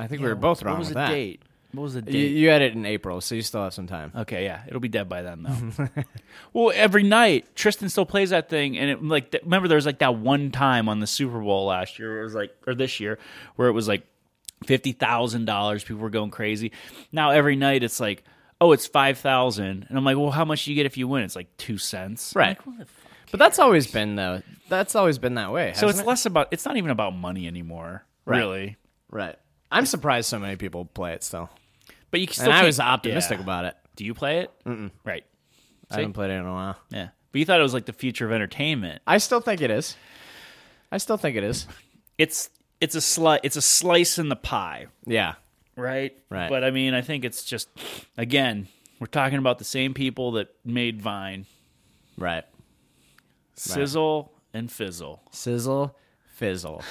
S1: I think we were both wrong
S2: What was
S1: with
S2: the
S1: that.
S2: date? What was the date?
S1: You, you had it in April, so you still have some time.
S2: Okay, yeah, it'll be dead by then though. *laughs* well, every night Tristan still plays that thing, and it like th- remember there was like that one time on the Super Bowl last year, where it was like or this year where it was like fifty thousand dollars. People were going crazy. Now every night it's like, oh, it's five thousand, and I'm like, well, how much do you get if you win? It's like two cents,
S1: Right. But that's always been though. That's always been that way.
S2: So
S1: hasn't
S2: it's
S1: it?
S2: less about. It's not even about money anymore, really.
S1: right. I'm surprised so many people play it still.
S2: But you still.
S1: And I
S2: can't-
S1: was optimistic
S2: yeah.
S1: about it.
S2: Do you play it? Mm-mm. Right.
S1: I haven't played it in a while.
S2: Yeah. But you thought it was like the future of entertainment.
S1: I still think it is. I still think it is.
S2: It's it's a sli- it's a slice in the pie,
S1: Yeah.
S2: right?
S1: Right.
S2: But I mean, I think it's just again, we're talking about the same people that made Vine,
S1: Right.
S2: Sizzle and Fizzle.
S1: Sizzle,
S2: *laughs*
S1: fizzle.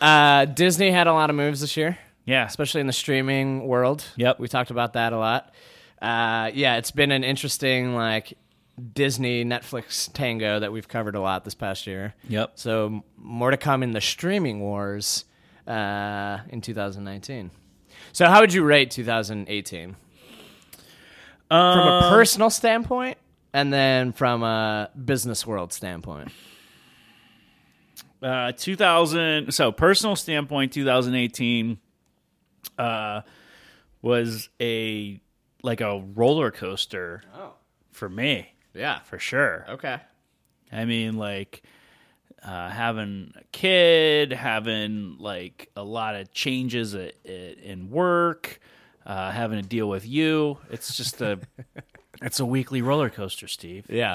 S1: Uh, Disney had a lot of moves this year,
S2: Yeah.
S1: especially in the streaming world.
S2: Yep.
S1: We talked about that a lot. Uh, yeah, it's been an interesting like Disney Netflix tango that we've covered a lot this past year.
S2: Yep.
S1: So m- more to come in the streaming wars uh, in 2019. So how would you rate 2018 from a personal standpoint, and then from a business world standpoint?
S2: uh, 2000 so personal standpoint 2018 uh, was a like a roller coaster for me
S1: Yeah.
S2: for sure
S1: Okay.
S2: i mean like uh, having a kid having like a lot of changes i- i- in work uh, having to deal with you it's just a it's a weekly roller coaster steve
S1: Yeah.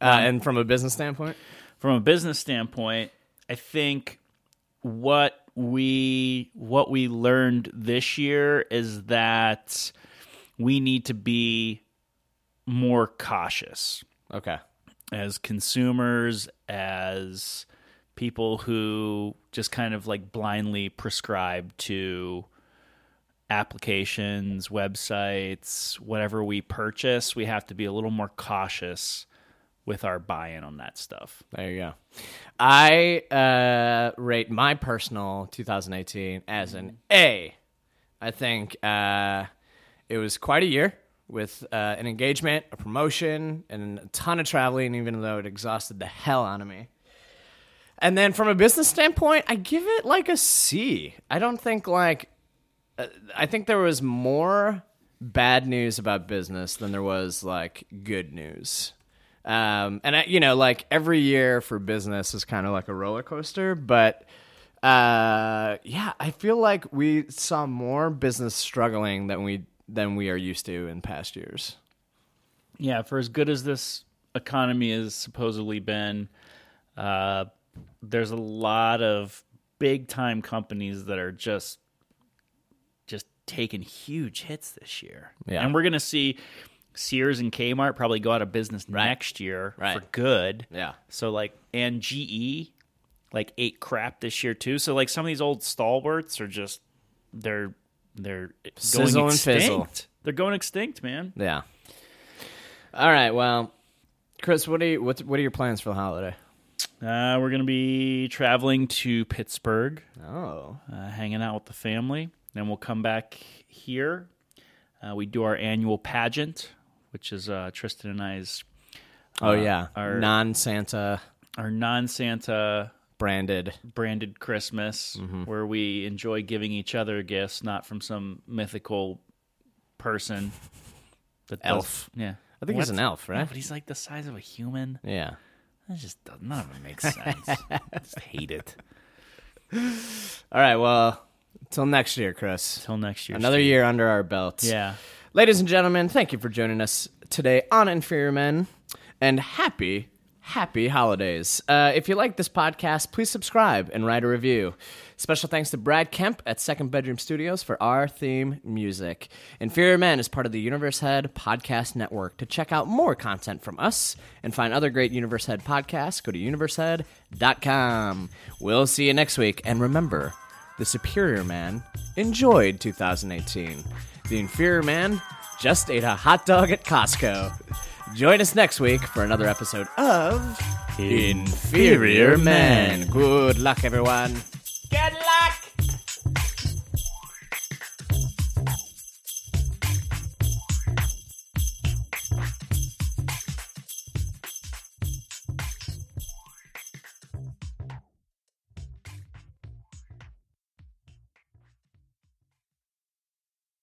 S1: Uh, and from a business standpoint?
S2: from a business standpoint, I think what we what we learned this year is that we need to be more cautious
S1: Okay.
S2: as consumers, as people who just kind of like blindly prescribe to applications, websites, whatever we purchase, we have to be a little more cautious with our buy-in on that stuff.
S1: There you go. I uh, rate my personal 2018 as an A. I think uh, it was quite a year with uh, an engagement, a promotion, and a ton of traveling, even though it exhausted the hell out of me. And then from a business standpoint, I give it like a C. I don't think like uh, I think there was more bad news about business than there was like good news. Um, and I, you know, like every year for business is kind of like a roller coaster, but uh, yeah, I feel like we saw more business struggling than we than we are used to in past years.
S2: yeah, for as good as this economy has supposedly been, uh, there's a lot of big time companies that are just just taking huge hits this year.
S1: Yeah.
S2: And we're gonna see Sears and Kmart probably go out of business next year
S1: Right.
S2: for good.
S1: Yeah.
S2: So like and GE like ate crap this year too. So like some of these old stalwarts are just they're they're
S1: Sizzle
S2: going
S1: and
S2: extinct.
S1: fizzle.
S2: They're going extinct, man.
S1: Yeah. All right. Well, Chris, what are you, what what are your plans for the holiday?
S2: Uh, we're gonna be traveling to Pittsburgh,
S1: Oh,
S2: uh, hanging out with the family. Then we'll come back here. Uh, we do our annual pageant, which is uh, Tristan and I's
S1: oh yeah,
S2: our-
S1: non Santa
S2: our non-Santa
S1: branded.
S2: branded Christmas,
S1: Mm-hmm.
S2: where we enjoy giving each other gifts, not from some mythical person. That does-
S1: Elf.
S2: yeah.
S1: I think he's an elf, right?
S2: But he's like the size of a human.
S1: Yeah.
S2: That just does- none of it
S1: *laughs*
S2: makes sense. I just hate it.
S1: All right. Well, till next year, Chris.
S2: Till next year.
S1: Another
S2: Steve.
S1: year under our belt.
S2: Yeah.
S1: Ladies and gentlemen, thank you for joining us today on Inferior Men and happy, happy holidays. Uh, if you like this podcast, please subscribe and write a review. Special thanks to Brad Kemp at Second Bedroom Studios for our theme music. Inferior Men is part of the Universe Head Podcast Network. To check out more content from us and find other great Universe Head podcasts, go to universehead.com. We'll see you next week, and remember, the superior man enjoyed 2018. The inferior man just ate a hot dog at Costco. Join us next week for another episode of Inferior Man. Good luck, everyone. Good luck!